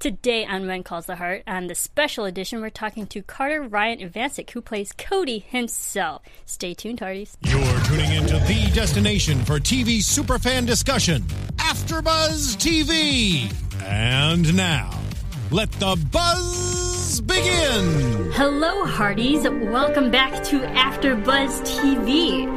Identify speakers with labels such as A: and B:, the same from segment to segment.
A: Today on When Calls the Heart, on the special edition, we're talking to Carter Ryan Ivancic, who plays Cody himself. Stay tuned, Hardies.
B: You're tuning into the destination for TV superfan discussion, AfterBuzz TV. And now, let the buzz begin.
A: Hello, Hardies. Welcome back to After Buzz TV.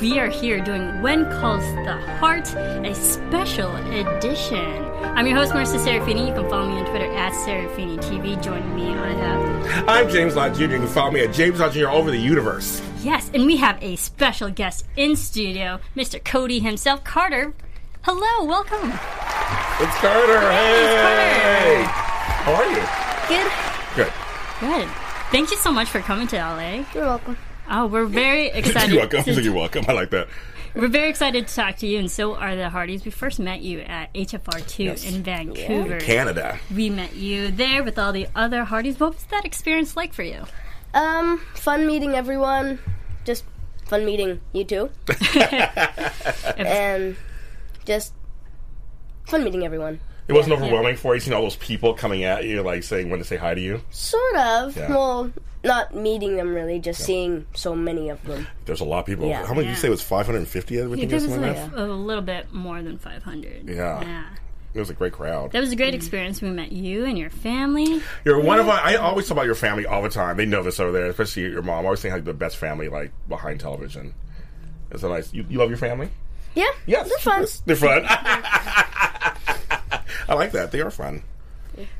A: We are here doing When Calls the Heart, a special edition. I'm your host, Marissa Serafini. You can follow me on Twitter at Serafini TV. Join me on uh,
C: I'm James Lott Jr. You can follow me at James Lott Jr. over the universe.
A: Yes, and we have a special guest in studio, Mr. Cody himself, Carter. Hello, welcome.
C: It's Carter. Hey,
A: Hey, it's
C: how are you?
A: Good.
C: Good.
A: Good. Thank you so much for coming to LA.
D: You're welcome.
A: Oh, we're very excited.
C: You're welcome.
A: to-
C: You're welcome. I like that.
A: We're very excited to talk to you, and so are the Hardys. We first met you at HFR2 in Vancouver.
C: Canada.
A: we met you there with all the other Hardys. What was that experience like for you?
D: Um, fun meeting everyone. Just fun meeting you two. and just fun meeting everyone.
C: It wasn't overwhelming for you seeing all those people coming at you, like saying when to say hi to you.
D: Sort of.
C: Yeah.
D: Well, not meeting them really, just seeing so many of them.
C: There's a lot of people.
D: Yeah.
C: How many did you say it was 550? I would think
A: This
C: or
A: was
C: something like
A: like
C: that?
A: a little bit more than 500.
C: Yeah. It was a great crowd.
A: That was a great experience. We met you and your family.
C: You're one of our, I always talk about your family all the time. They know this over there, especially your mom. I always think like the best family like behind television. It's a nice. You, you love your family?
D: Yeah.
C: Yes.
D: They're fun.
C: Yes, They're fun. I like that. They are fun.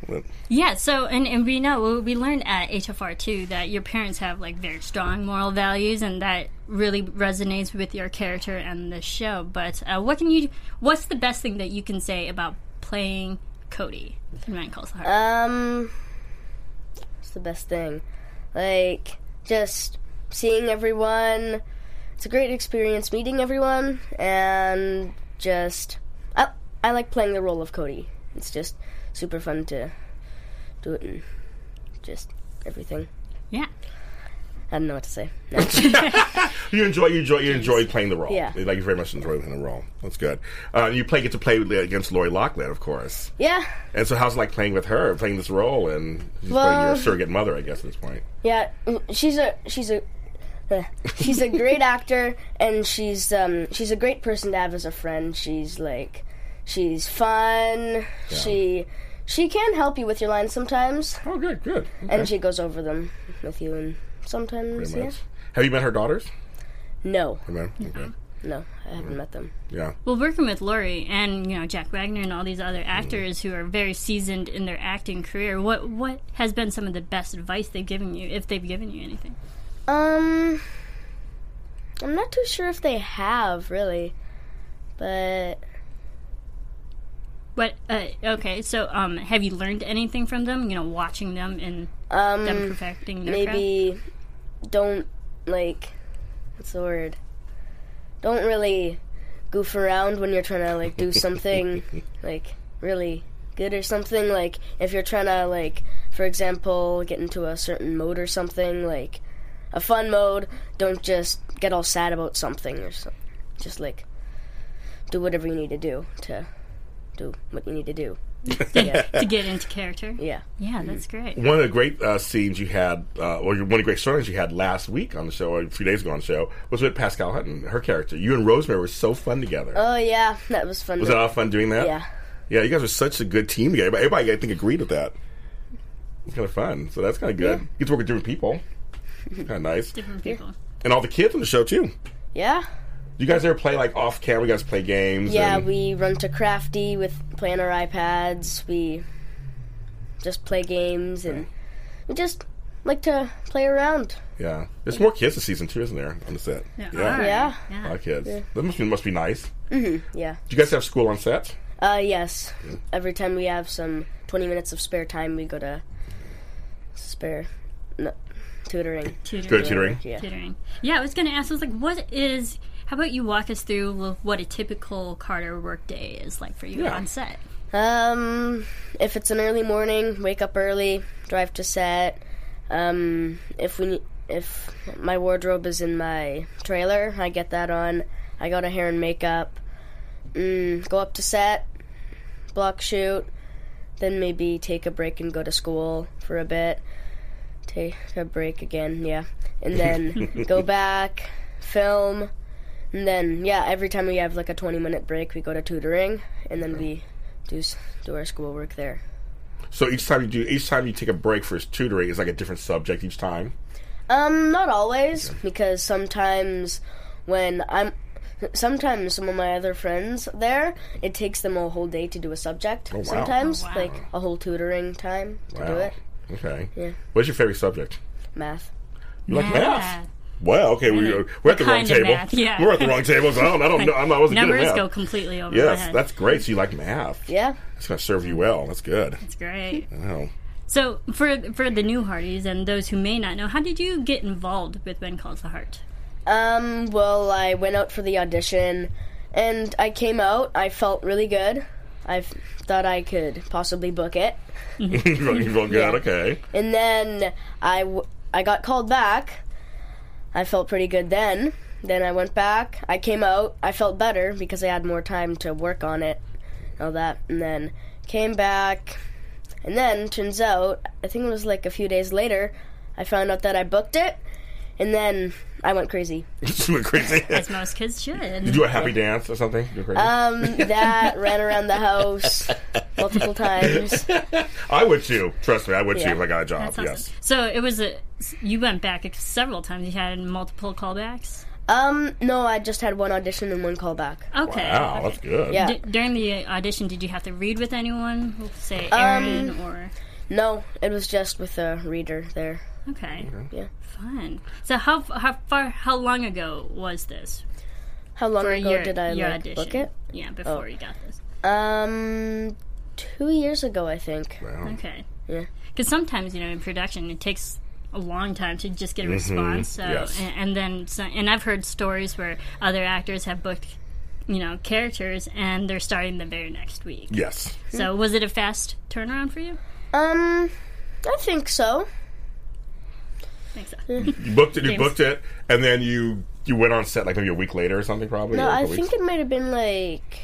C: Well,
A: Yeah, so, and, and we know, we learned at HFR2 that your parents have, like, very strong moral values, and that really resonates with your character and the show. But uh, what can you, what's the best thing that you can say about playing Cody in Ryan Calls the Heart?
D: Um, it's the best thing. Like, just seeing everyone. It's a great experience meeting everyone, and just. I, I like playing the role of Cody. It's just super fun to do it and just everything.
A: yeah.
D: I don't know what to say. No.
C: you enjoy you enjoy you enjoy playing the role.
D: Yeah.
C: Like you very much enjoy playing the role. That's good. Uh, you play get to play with- against Lori Loughlin, of course.
D: yeah,
C: And so how's it like playing with her, playing this role, and she's playing your
D: Well-
C: surrogate mother, I guess at this point.
D: yeah. She's a. She's a. eh, She's a great actor, and she's um she's a great person to have as a friend. She's like, she's fun. She she can help you with your lines sometimes,
C: Oh, good, good.
D: and she goes over them with you, and sometimes
C: Very
D: yeah.
C: much. Have you met her daughters?
D: No,
C: No. Okay.
D: no, I haven't met them.
C: Yeah.
A: Well, working with Laurie and, you know, Jack Wagner and all these other actors who are very seasoned in their acting career, what, what has been some of the best advice they've given you, if they've given you anything?
D: Um, I'm not too sure if they have really, but
A: What? Uh, okay, so um, have you learned anything from them? You know, watching them and
D: um.
A: them perfecting their craft?
D: maybe don't like what's the word don't really goof around when you're trying to like do something like really good or something like if you're trying to like for example get into a certain mode or something like a fun mode don't just get all sad about something or something just like do whatever you need to do to do what you need to do
A: to get into character.
D: yeah
A: Yeah, that's great.
C: One of the great uh, scenes you had, uh, or one of the great storylines you had last week on the show, or a few days ago on the show, was with Pascal Hutton, her character. You and Rosemary were so fun together.
D: oh yeah that was fun
C: Was that all fun doing that?
D: yeah
C: Yeah, you guys were such a good team together. Everybody, everybody, I think, agreed with that. It's kind of fun. So that's kind of good. You get to work with different people. kind of nice.
A: Different people.
C: And all the kids on the show, too.
D: yeah
C: You guys ever play, like, off camera? You guys play games?
D: Yeah,
C: and-
D: we run to Crafty with playing our iPads. We just play games and we just like to play around.
C: Yeah. There's more kids this season, too, isn't there, on the set?
A: There
C: Yeah.
A: are.
D: Yeah.
C: A lot of kids. That must be, must be nice.
D: Yeah.
C: Do you guys have school on set?
D: Uh, yes. Every time we have some 20 minutes of spare time, we go to spare no, tutoring.
C: Go to tutoring.
D: Yeah.
A: tutoring. Yeah, I was going to ask. I was like, what is? How about you walk us through l- what a typical Carter work day is like for you
C: Yeah.
A: on set?
D: Um, if it's an early morning, wake up early, drive to set. Um, if we ne- if my wardrobe is in my trailer, I get that on. I go to hair and makeup. Mm, go up to set, block shoot, then maybe take a break and go to school for a bit. Take a break again, yeah, and then go back, film, and then yeah. Every time we have like a twenty-minute break, we go to tutoring, and then we do s- do our schoolwork there.
C: So each time you do, each time you take a break for tutoring, it's like a different subject each time.
D: Um, not always because sometimes when I'm sometimes some of my other friends there, it takes them a whole day to do a subject.
C: wow.
D: Sometimes
A: Oh, wow.
D: like a whole tutoring time to do it.
C: Okay.
D: Yeah.
C: What's your favorite subject?
D: Math.
C: You like math? Well, okay, we,
A: Really?
C: we're at the
A: What
C: wrong
A: kind of
C: table.
A: math? Yeah.
C: We're at the wrong table. So I don't, I don't know. I'm not, I wasn't good at
A: Numbers
C: math.
A: go completely over my
C: yes,
A: head.
C: that's great. So you like math?
D: Yeah.
C: That's gonna serve you well. That's good.
A: That's great.
C: Wow.
A: So for for the new Hardys and those who may not know, how did you get involved with When Calls the Heart?
D: Um, well, I went out for the audition and I came out. I felt really good. I f- thought I could possibly book it.
C: you feel you feel good. Okay.
D: And then I, w- I got called back. I felt pretty good then. Then I went back. I came out. I felt better because I had more time to work on it and all that. And then came back. And then turns out, I think it was like a few days later, I found out that I booked it. And then I went crazy.
C: Just went crazy.
A: As most kids
C: You
A: should.
C: do a happy dance or something? You're crazy.
A: Uh,
D: Um, that ran around the house multiple times.
C: I would too. Trust me, I would
D: yeah.
C: too if I got a job.
A: That's awesome.
C: yes.
A: So it was a you went back several times. You had multiple callbacks.
D: Um, no, I just had one audition and one callback.
A: Okay.
C: Wow,
A: okay.
C: that's good.
D: Yeah.
A: D- during the audition, did you have to read with anyone? Say Aaron or
D: No, it was just with a reader there.
A: okay,
D: Yeah.
A: fun. So how how far how long ago was this?
D: How long ago
A: your,
D: did I
A: your
D: like,
A: audition?
D: book it? Oh.
A: Yeah, before you got this.
D: Um, two years ago, I think.
C: Wow.
A: Okay.
D: Yeah.
A: Because sometimes you know in production it takes a long time to just get a response. So
C: Yes.
A: and, and then so, and I've heard stories where other actors have booked you know characters and they're starting the very next week.
C: Yes.
D: Mm-hmm.
A: So was it a fast turnaround for you?
D: Um, I think so.
A: I think so.
C: You booked it. You
A: James.
C: booked it, and then you you went on set like maybe a week later or something. Probably.
D: No,
C: or a
D: Uh, I
C: couple
D: think
C: weeks.
D: it might have been like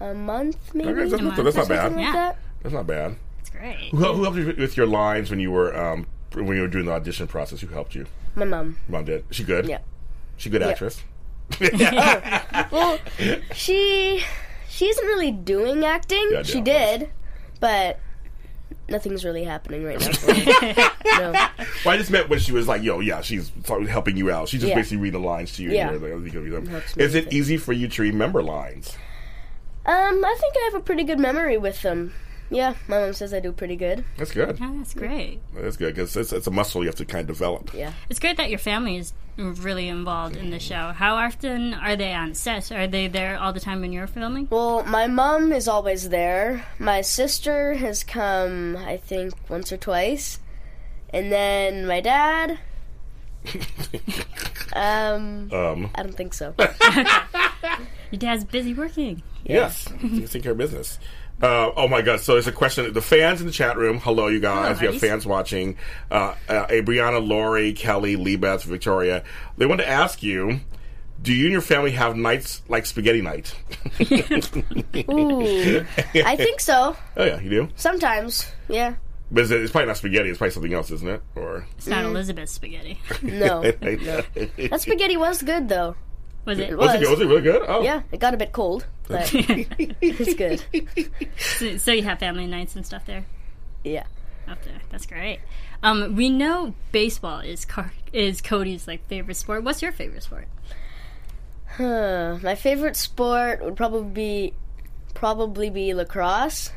D: a month, maybe.
C: Okay, that's,
D: something
C: not, that's not bad.
D: like
A: Yeah.
D: that.
C: That's not bad.
A: It's great.
C: Who, who helped you with your lines when you were um, when you were doing the audition process? Who helped you?
D: My mom.
C: Mom did. She good.
D: Yeah.
C: She good actress.
D: She she isn't really doing acting.
C: Yeah, I
D: she
C: know.
D: did, but nothing's really happening right now. for her. no.
C: Well, I just meant when she was like, "Yo, yeah, she's sort of helping you out." She's just
D: Yeah.
C: basically reading the lines to you.
D: Yeah.
C: And you're like, "Oh, you can do them."
D: Helps me
C: Is
D: with
C: it
D: it.
C: easy for you to remember lines?
D: Um, I think I have a pretty good memory with them. Yeah, my mom says I do pretty good.
C: That's good.
D: Mm-hmm.
A: Oh, that's great.
C: That's good because it's, it's a muscle you have to kind of develop.
D: Yeah.
A: It's great that your family is really involved in the show. How often are they on set? Are they there all the time when you're filming?
D: Well, my mom is always there. My sister has come, I think, once or twice. And then my dad. um,
C: Um,
D: I don't think so.
A: Your dad's busy working.
C: Yes, you take care of business. Uh, oh my God! So there's a question. The fans in the chat room. Hello, you guys.
A: Hello,
C: we have
A: guys.
C: fans watching. Uh, uh, Brianna, Lori, Kelly, Lebeth, Victoria. They want to ask you: Do you and your family have nights like spaghetti night?
D: Ooh. I think so.
C: oh yeah, you do.
D: Sometimes. Yeah.
C: But is it- it's probably not spaghetti. It's probably something else, isn't it? Or
A: It's not Elizabeth's spaghetti.
D: No.
C: was it,
D: That spaghetti was good, though.
A: Was it?
D: was.
C: good? was it really good? Oh
D: Yeah, it got a bit cold, but it's good.
A: So, so you have family nights and stuff there?
D: Yeah.
A: Up there. That's great. Um, we know baseball is Car- is Cody's like favorite sport. What's your favorite sport?
D: Huh. My favorite sport would probably be probably be lacrosse.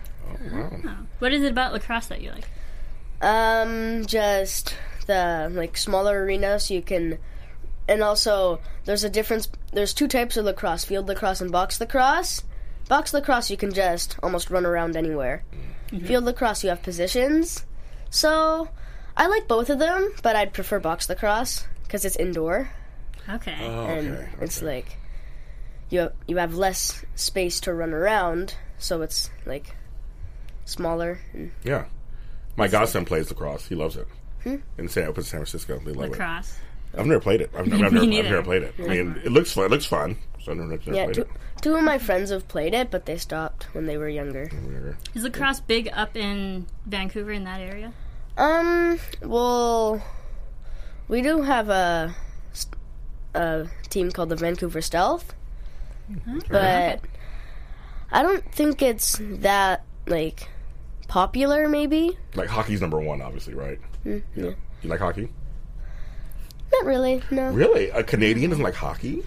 A: What is it about lacrosse that you like?
D: Um, just the like smaller arena, so you can, and also there's a difference. There's two types of lacrosse: field lacrosse and box lacrosse. Box lacrosse, you can just almost run around anywhere.
A: Mm-hmm.
D: Field lacrosse, you have positions. So, I like both of them, but I'd prefer box lacrosse because it's indoor
A: Okay.
C: Uh, Oh,
D: and it's like you have, you have less space to run around, so it's like smaller. And
C: Yeah. My godson plays lacrosse. He loves it.
D: Hmm?
C: In San, up in San Francisco, they love
A: Lacrosse.
C: it. I've never played it. I've never, I've
A: Me
C: never, I've
A: neither.
C: never played it. I mean, it looks fun. It looks fun. So I don't know if I've
D: yeah,
C: played
D: two, two of my friends have played it, but they stopped when they were younger.
C: it.
A: Is lacrosse big up in Vancouver in that area?
D: Um, well, we do have a a team called the Vancouver Stealth,
C: Mm-hmm.
D: but I don't think it's that like popular. Maybe
C: Like hockey's number one, obviously, right?
D: Hmm,
C: Yeah. You like hockey?
D: not really. No,
C: Really? A Canadian doesn't like hockey?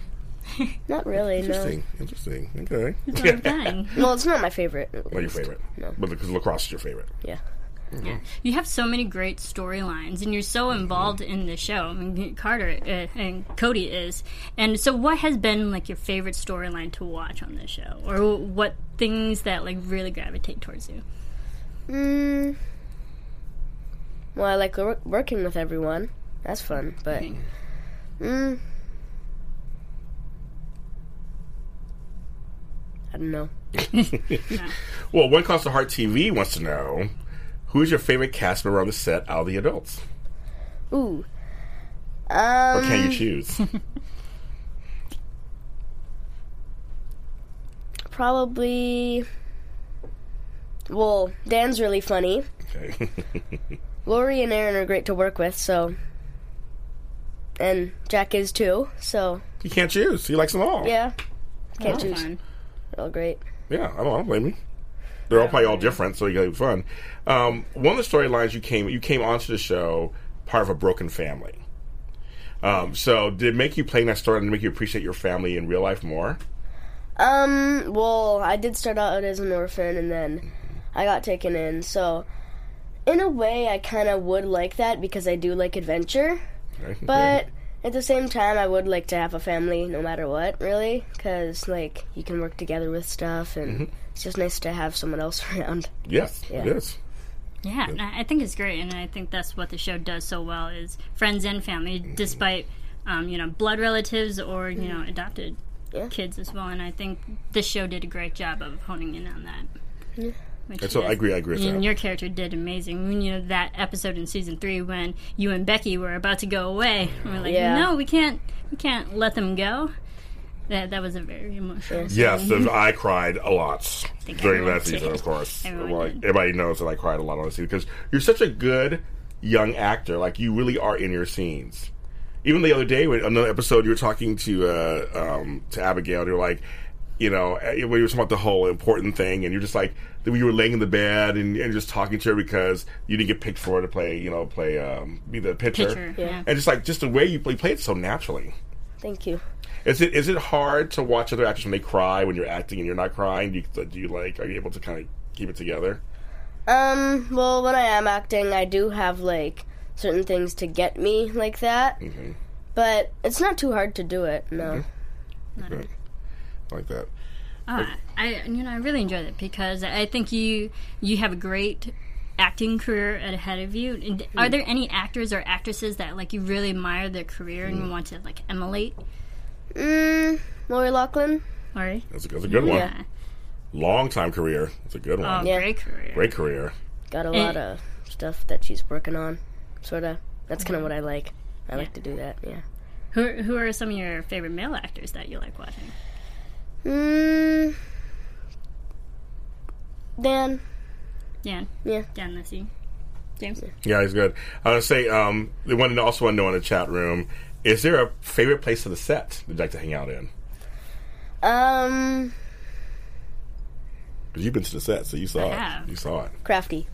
D: not really. No.
C: Interesting. Interesting. Okay.
A: It's not a thing.
D: Well, it's not my favorite.
C: Not your favorite.
D: No.
C: But because lacrosse is your favorite.
D: Yeah.
A: You have so many great storylines, and you're so involved in the show. I mean, Carter uh, and Cody is, and so what has been like your favorite storyline to watch on this show, or what things that like really gravitate towards you?
D: Mm. Well, I like wor- working with everyone. That's fun, but mm, I don't know.
C: Well, One Cost of Heart TV wants to know who is your favorite cast member on the set out of the adults?
D: Ooh, Uh,
C: Or
D: Um.
C: can you choose?
D: probably. Well, Dan's really funny.
C: okay.
D: Lori and Aaron are great to work with, so. And Jack is too, so
C: you can't choose. He likes them all.
D: yeah. Can't choose.
A: Fun.
D: They're all great.
C: Yeah, I don't, I don't blame you. They're all probably all different, so you gotta have fun. Um, one of the storylines you came you came onto the show part of a broken family. Um, so did it make you playing that story and make you appreciate your family in real life more?
D: Um, well, I did start out as an orphan and then I got taken in. So, in a way, I kind of would like that because I do like adventure.
C: Right?
D: But at the same time, I would like to have a family no matter what, really. Because, like, you can work together with stuff and it's just nice to have someone else around.
C: yes,
D: Yeah.
C: it is.
A: Yeah, and I I think it's great, and I think that's what the show does so well: is friends and family, despite um, you know blood relatives or you know adopted
D: Yeah.
A: kids as well. And I think this show did a great job of honing in on that. Which
C: And so I
A: is-
C: agree. I agree with
A: And
C: that.
A: your character did amazing. I mean, you know that episode in season three when you and Becky were about to go away, and we're like,
D: Yeah.
A: no, we can't, we can't let them go. That that was a very emotional.
C: Yes, and I cried a lot
A: think
C: during
A: everyone
C: that season.
A: did.
C: Of course,
A: Everyone
C: like
A: did.
C: everybody knows that I cried a lot on the scene because you're such a good young actor. Like you really are in your scenes. Even the other day, when another episode, you were talking to uh, um, to Abigail. And you were like, you know, eh, when you were talking about the whole important thing, and you're just like, that you were laying in the bed and, and just talking to her because you didn't get picked for her to play, you know, play um, be the pitcher.
A: Pitcher, yeah.
C: And just like just the way you play, play it so naturally.
D: Thank you.
C: Is it is it hard to watch other actors when they cry when you're acting and you're not crying? Do you, do you like are you able to kind of keep it together?
D: Um, well, when I am acting, I do have, like, certain things to get me like that. Mm-hmm. But it's not too hard to do it, no.
C: Good. I like that.
A: Ah, I you know I really enjoy that because I think you you have a great acting career ahead of you. And Are there any actors or actresses that like you really admire their career and you want to like emulate?
D: Mm, Lori Lachlan?
A: Or
C: That's a, that's a good one.
A: yeah,
C: Long time career. That's a good
A: oh,
C: one.
D: Yeah.
A: great career.
C: Great career.
D: got a lot of stuff that she's working on, sort of. That's kind of what I like. I like to do that, yeah.
A: Who are- who are some of your favorite male actors that you like watching?
D: Mm, Dan,
A: Dan,
D: yeah.
A: Dan Lissy, James.
C: Yeah, he's good. I want to say um, the one and also want to know in the chat room is there a favorite place on the set that you'd like to hang out in?
D: Um,
C: Because you've been to the set, so you saw
A: I
C: it.
A: have.
C: You saw it.
D: Crafty.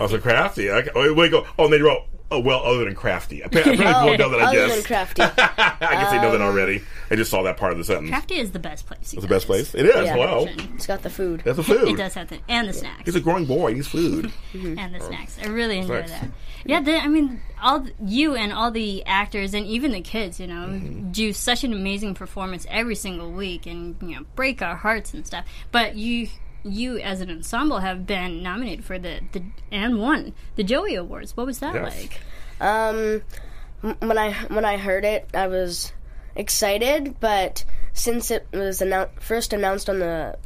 C: Also crafty. Okay. Oh, wait, go. Oh, and they wrote Oh well, other than crafty, apparently oh, know that I
D: Other
C: guess.
D: than crafty.
C: I guess they know that already. I just saw that part of the sentence.
A: Crafty is the best place.
C: It's the best place. Oh, It is.
D: Yeah.
C: Wow,
D: it's got the food.
C: that's a food.
A: It does have the and the snacks.
C: He's a growing boy. He's food.
A: and the snacks. I really enjoy
C: Oh. Snacks.
A: that. Yeah, the, I mean, all th- you and all the actors and even the kids, you know,
C: Mm-hmm.
A: do such an amazing performance every single week, and you know, break our hearts and stuff. But you, you as an ensemble, have been nominated for the, the and won the Joey Awards. What was that
C: Yes.
A: like?
D: Um, m- when I when I heard it, I was excited, but since it was annou- first announced on the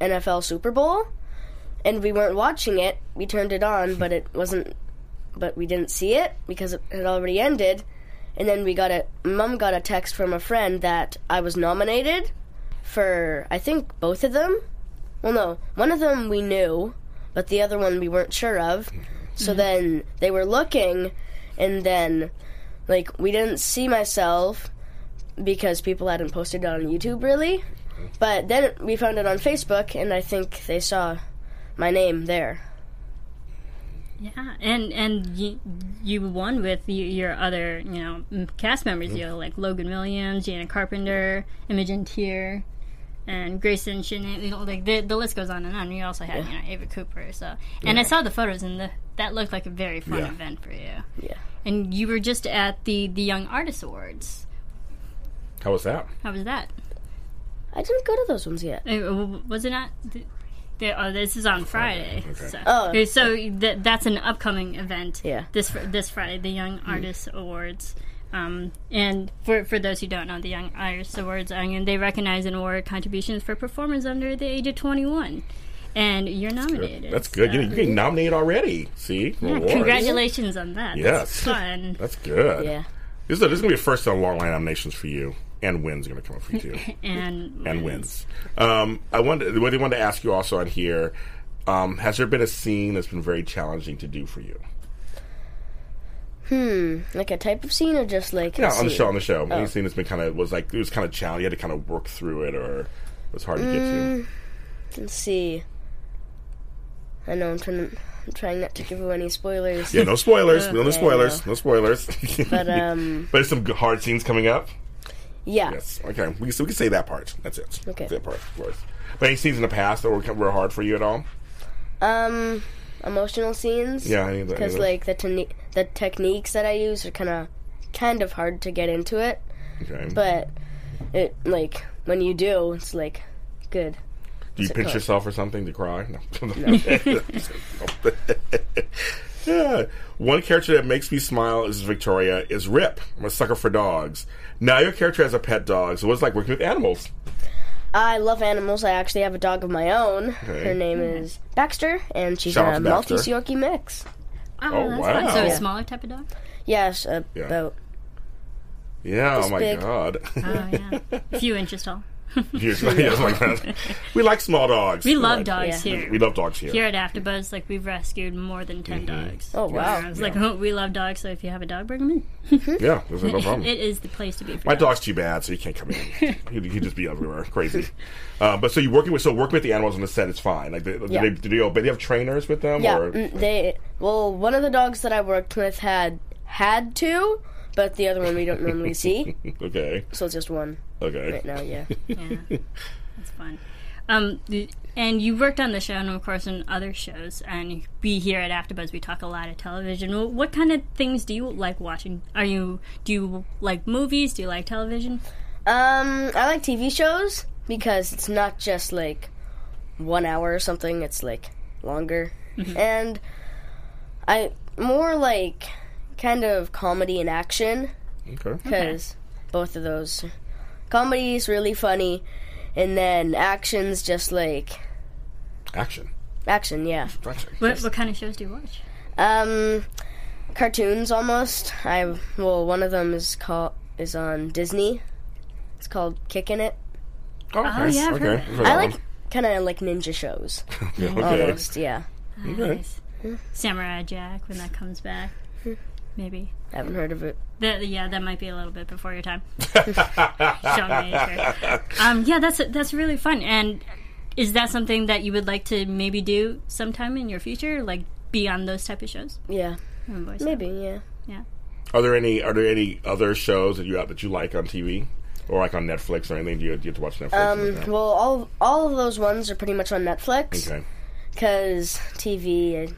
D: NFL Super Bowl, and we weren't watching it, we turned it on, but it wasn't. But we didn't see it because it had already ended, and then we got a mom got a text from a friend that I was nominated for I think both of them. Well, no, one of them we knew, but the other one we weren't sure of. So then they were looking, and then like we didn't see myself because people hadn't posted it on YouTube really.
C: Mm-hmm.
D: But then we found it on Facebook, and I think they saw my name there.
A: Yeah, and and you, you won with y your other you know m- cast members, you know, like Logan Williams, Janet Carpenter, Imogen Tier, and Grayson Shinnett. You know, like the the list goes on and on. You also had you know Ava Cooper. So, and I saw the photos, and the, that looked like a very fun
C: Yeah.
A: event for you.
D: Yeah.
A: And you were just at the the Young Artist Awards.
C: How was that?
A: How was that?
D: I didn't go to those ones yet.
A: Uh, w- Was it not? th- th- oh, this is on Friday.
C: Okay.
A: So,
D: Oh.
A: Okay, so th- that's an upcoming event.
D: Yeah.
A: This fr- this Friday, the Young
C: Mm-hmm.
A: Artists Awards. Um, and for for those who don't know, the Young Artists Awards, I mean, they recognize and award contributions for performers under the age of 21. And you're nominated.
C: That's good.
A: so-
C: You you getting nominated already. See,
A: Yeah,
C: Awards.
A: congratulations on that.
C: Yes.
A: That's fun.
C: That's good.
D: Yeah.
C: This is, this is gonna be a first on long line nominations for you, and wins are gonna come up for you too.
A: And oh,
C: and wins. Um, I wanted what they wanted to ask you also on here. Um, has there been a scene that's been very challenging to do for you?
D: Like a type of scene, or just like
C: Yeah,
D: a
C: on the
D: scene?
C: show. On the show, any scene that's been kind of was like it was kind of challenging. You had to kind of work through it, or it was hard to get to.
D: Let's see. I know I'm trying. To, I'm trying not to give away any spoilers.
C: Yeah, no spoilers. no, no spoilers.
D: yeah.
C: No spoilers.
D: But um,
C: But there's some g- hard scenes coming up.
D: yeah.
C: Yes. Okay. We can, so we can say that part. That's it.
D: Okay.
C: That part, of course. But any scenes in the past that were, were hard for you at all?
D: Um, emotional scenes.
C: Yeah. Any of that- any of
D: because
C: that?
D: like the techni- the techniques that I use are kind of kind of hard to get into it,
C: Okay.
D: but it like when you do, it's like good.
C: Do you
D: it
C: pinch
D: called?
C: yourself or something to cry? No. Yeah. One character that makes me smile is Victoria is Rip. I'm a sucker for dogs. Now your character has a pet dog, so what's it like working with animals?
D: I love animals. I actually have a dog of my own. Her name is Baxter, and she's
C: Shout out
D: a
C: to Baxter.
D: Maltese Yorkie mix.
A: Oh,
C: Oh,
A: that's
C: wow.
A: fun. So
C: Yeah.
A: a smaller type of dog?
D: Yes, about
C: Yeah. Yeah, oh my
D: big.
C: god.
A: Oh, yeah. A few inches tall.
C: Here's- yes, my god. We like small dogs.
A: We love
C: like-
A: dogs
D: Yeah.
A: here.
C: We love dogs here.
A: Here at AfterBuzz, like we've rescued more than 10
C: Mm-hmm.
A: dogs.
D: Oh, wow.
A: I was like, oh, we love dogs, so if you have a dog, bring them in.
C: Yeah, there's no problem.
A: It is the place to be. For
C: my
A: dogs.
C: dog's too bad, so he can't come in. he'd, he'd just be everywhere, crazy. Uh, but so you working with so working with the animals on the set is fine. Like, they, do,
D: Yeah.
C: they, do they obey? They have trainers with them,
D: Yeah,
C: or
D: mm, they. Well, one of the dogs that I worked with had had two, but the other one we don't normally see,
C: okay,
D: so it's just one
C: okay.
D: right now. Yeah.
A: Yeah, that's fun. Um, the- and you worked on the show, and of course, on other shows. And we here at AfterBuzz, we talk a lot of television. Wh- What kind of things do you like watching? Are you do you like movies? Do you like television?
D: Um, I like TV shows because it's not just like one hour or something. It's like longer, and I more like kind of comedy and action
C: Okay.
D: because both of those comedy is really funny, and then action's just like
C: Action.
D: action. Yeah.
C: Action.
A: What, what kind of shows do you watch?
D: Um, cartoons almost. I well, one of them is called is on Disney. It's called Kickin' It.
C: Oh, nice.
A: yeah, I've
C: okay.
A: heard
D: I like kind of like ninja shows
C: Yeah, okay.
D: almost. Yeah,
A: Nice. Samurai Jack when that comes back, maybe.
D: I haven't heard of it.
A: That, yeah, that might be a little bit before your time. Show me your- um, yeah, that's that's really fun. And is that something that you would like to maybe do sometime in your future, like be on those type of shows?
D: Yeah,
A: and voice
D: Maybe, yeah.
A: Yeah.
C: Are there any Are there any other shows that you out that you like on TV or like on Netflix or anything? Do you, do you have to watch Netflix?
D: Um,
C: Okay.
D: well, all all of those ones are pretty much on Netflix
C: okay.
D: because TV uh,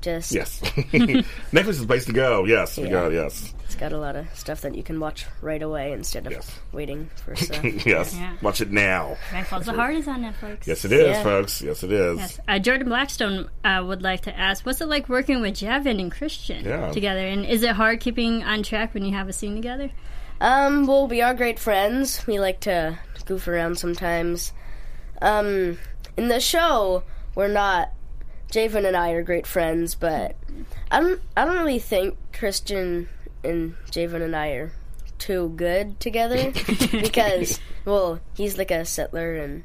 D: just
C: Yes. Netflix is the place to go. Yes. We
D: Yeah.
C: got yes.
D: it's got a lot of stuff that you can watch right away instead of
C: Yes.
D: waiting for stuff.
C: Yes.
A: Yeah.
C: Watch it now.
A: Night Falls the Heart is on Netflix.
C: Yes, it is,
D: Yeah.
C: folks. Yes, it is.
A: Yes. Uh, Jordan Blackstone uh, would like to ask, what's it like working with Javin and Christian
C: Yeah.
A: together? And is it hard keeping on track when you have a scene together?
D: Um, well, we are great friends. We like to goof around sometimes. Um, in the show, we're not. Javen and I are great friends, but I don't. I don't really think Christian and Javen and I are too good together because, well, he's like a settler, and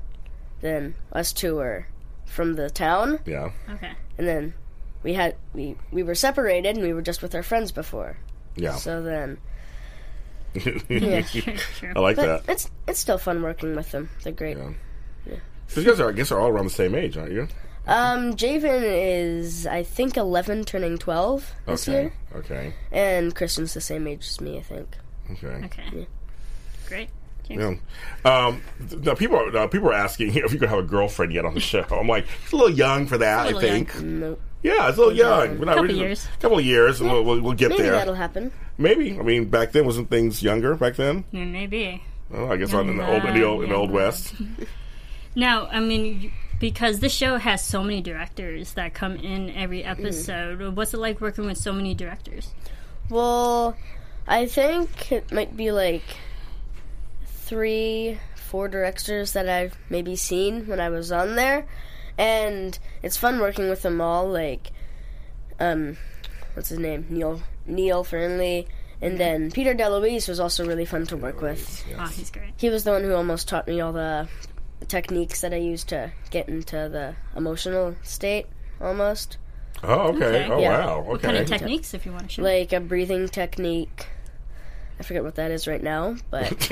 D: then us two are from the town,
C: Yeah.
A: Okay.
D: and then we had we we were separated, and we were just with our friends before.
C: Yeah.
D: So then
A: Sure, sure.
C: I like
D: But
C: that.
D: it's it's still fun working with them. They're great.
C: Yeah. So you guys are, I guess, are all around the same age, aren't you?
D: Um, Javen is I think eleven, turning twelve this
C: Okay.
D: year,
C: Okay.
D: and Kristen's the same age as me. I think.
C: Okay.
A: Okay. Great.
C: Yeah. Um, th- now people are now people are asking if you could have a girlfriend yet on the show. I'm like, it's a little young for that.
A: It's a little
C: I think.
D: Nope.
C: Yeah, it's a little young. We're not
A: Couple
C: ready to-
A: years.
C: Couple of years, and we'll, we'll, we'll get
D: Maybe
C: there.
D: that'll happen.
C: Maybe. I mean, back then wasn't things younger back then?
A: Yeah, Maybe.
C: Well, I guess on in the old in the old, in the old west.
A: Now, I mean, you- because this show has so many directors that come in every episode, what's it like working with so many directors?
D: Well, I think it might be like three, four directors that I've maybe seen when I was on there, and it's fun working with them all. Like, um, what's his name? Neil Neil Fernley, and then Peter DeLuise was also really fun to work with.
A: Oh, he's great.
D: He was the one who almost taught me all the techniques that I use to get into the emotional state, almost
C: Oh, okay.
A: Okay.
C: Oh,
D: Yeah.
C: wow. Okay.
A: What kind of techniques, if you want to share?
D: like a breathing technique. I forget what that is right now, but.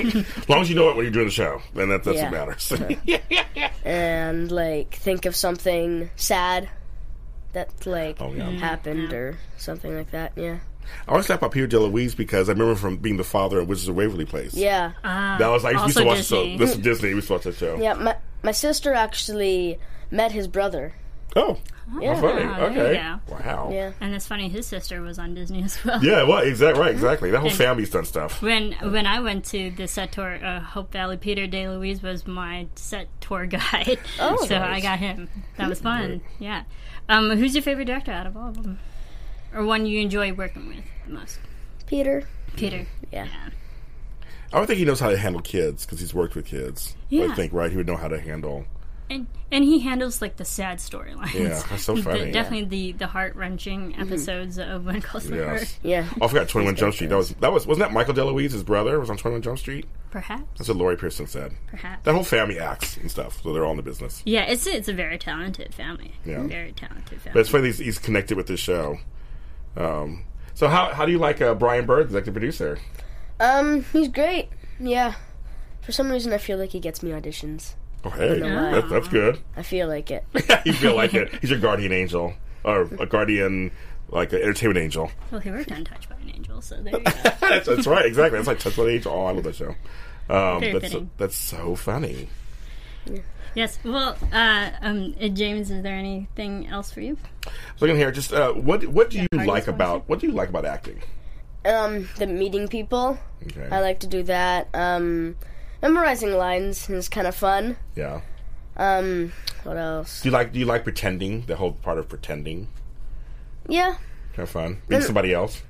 C: as long as you know it when you're doing the show, then that, that's
D: Yeah.
C: what matters.
D: and like think of something sad that like
C: Oh, yeah.
D: happened or something like that. Yeah,
C: I want to talk about Peter DeLuise because I remember from being the father of Wizards of Waverly Place.
D: yeah,
A: Ah,
C: That was like, we used
A: also
C: to watch
A: Disney.
C: So, this is Disney. We used to watch that show.
D: yeah. My my sister actually met his brother.
C: Oh,
D: Yeah,
C: funny.
A: there you
C: okay.
A: go.
C: Wow.
D: yeah.
A: and it's funny, his sister was on Disney as well.
C: Yeah, well, exactly, right, exactly. That whole family's done stuff.
A: When when I went to the set tour, uh, Hope Valley, Peter DeLuise was my set tour guide. Oh, so I got him. That was fun. Yeah. Um, who's your favorite director out of all of them, or one you enjoy working with the most?
D: Peter.
A: Peter.
D: Yeah.
C: I would think he knows how to handle kids because he's worked with kids. I
A: Yeah.
C: think, right? He would know how to handle.
A: And and he handles like the sad storylines.
C: Yeah, that's so
A: The-
C: funny.
A: definitely the the heart wrenching episodes of When It Calls the Heart,
C: Yes.
D: Yeah,
C: Oh, I forgot Twenty One Jump Street. That was that was wasn't that Michael DeLuise, his brother, was on Twenty One Jump Street.
A: perhaps.
C: That's what Laurie Pearson said.
A: Perhaps.
C: That whole family acts and stuff, so they're all in the business.
A: Yeah, it's it's a very talented family.
C: Yeah.
A: Very talented
C: But
A: family.
C: it's funny he's, he's connected with this show. Um, so how how do you like uh, Brian Bird, the executive producer?
D: Um, he's great. Yeah. For some reason, I feel like he gets me auditions.
C: Oh, hey,
D: know why.
C: that's, that's good.
D: I feel like it.
C: you feel like it. He's your guardian angel or a guardian, like an entertainment angel.
A: Well, he worked on Touched by an Angel, so there you go.
C: that's, that's right, exactly. That's like Touch by the Angel. Oh, I love that show. Um,
A: Very
C: that's,
A: fitting.
C: that's so funny.
A: Yes. Well, uh, um, uh, James, is there anything else for you?
C: So again, here, just uh, what what do you
A: Artist
C: like
A: wants
C: about what do you like about acting?
D: Um, the meeting people.
C: Okay.
D: I like to do that. Um, memorizing lines is kind of fun.
C: yeah.
D: Um, what else?
C: Do you like do you like pretending? The whole part of pretending,
D: Yeah,
C: kind of fun. Being somebody else.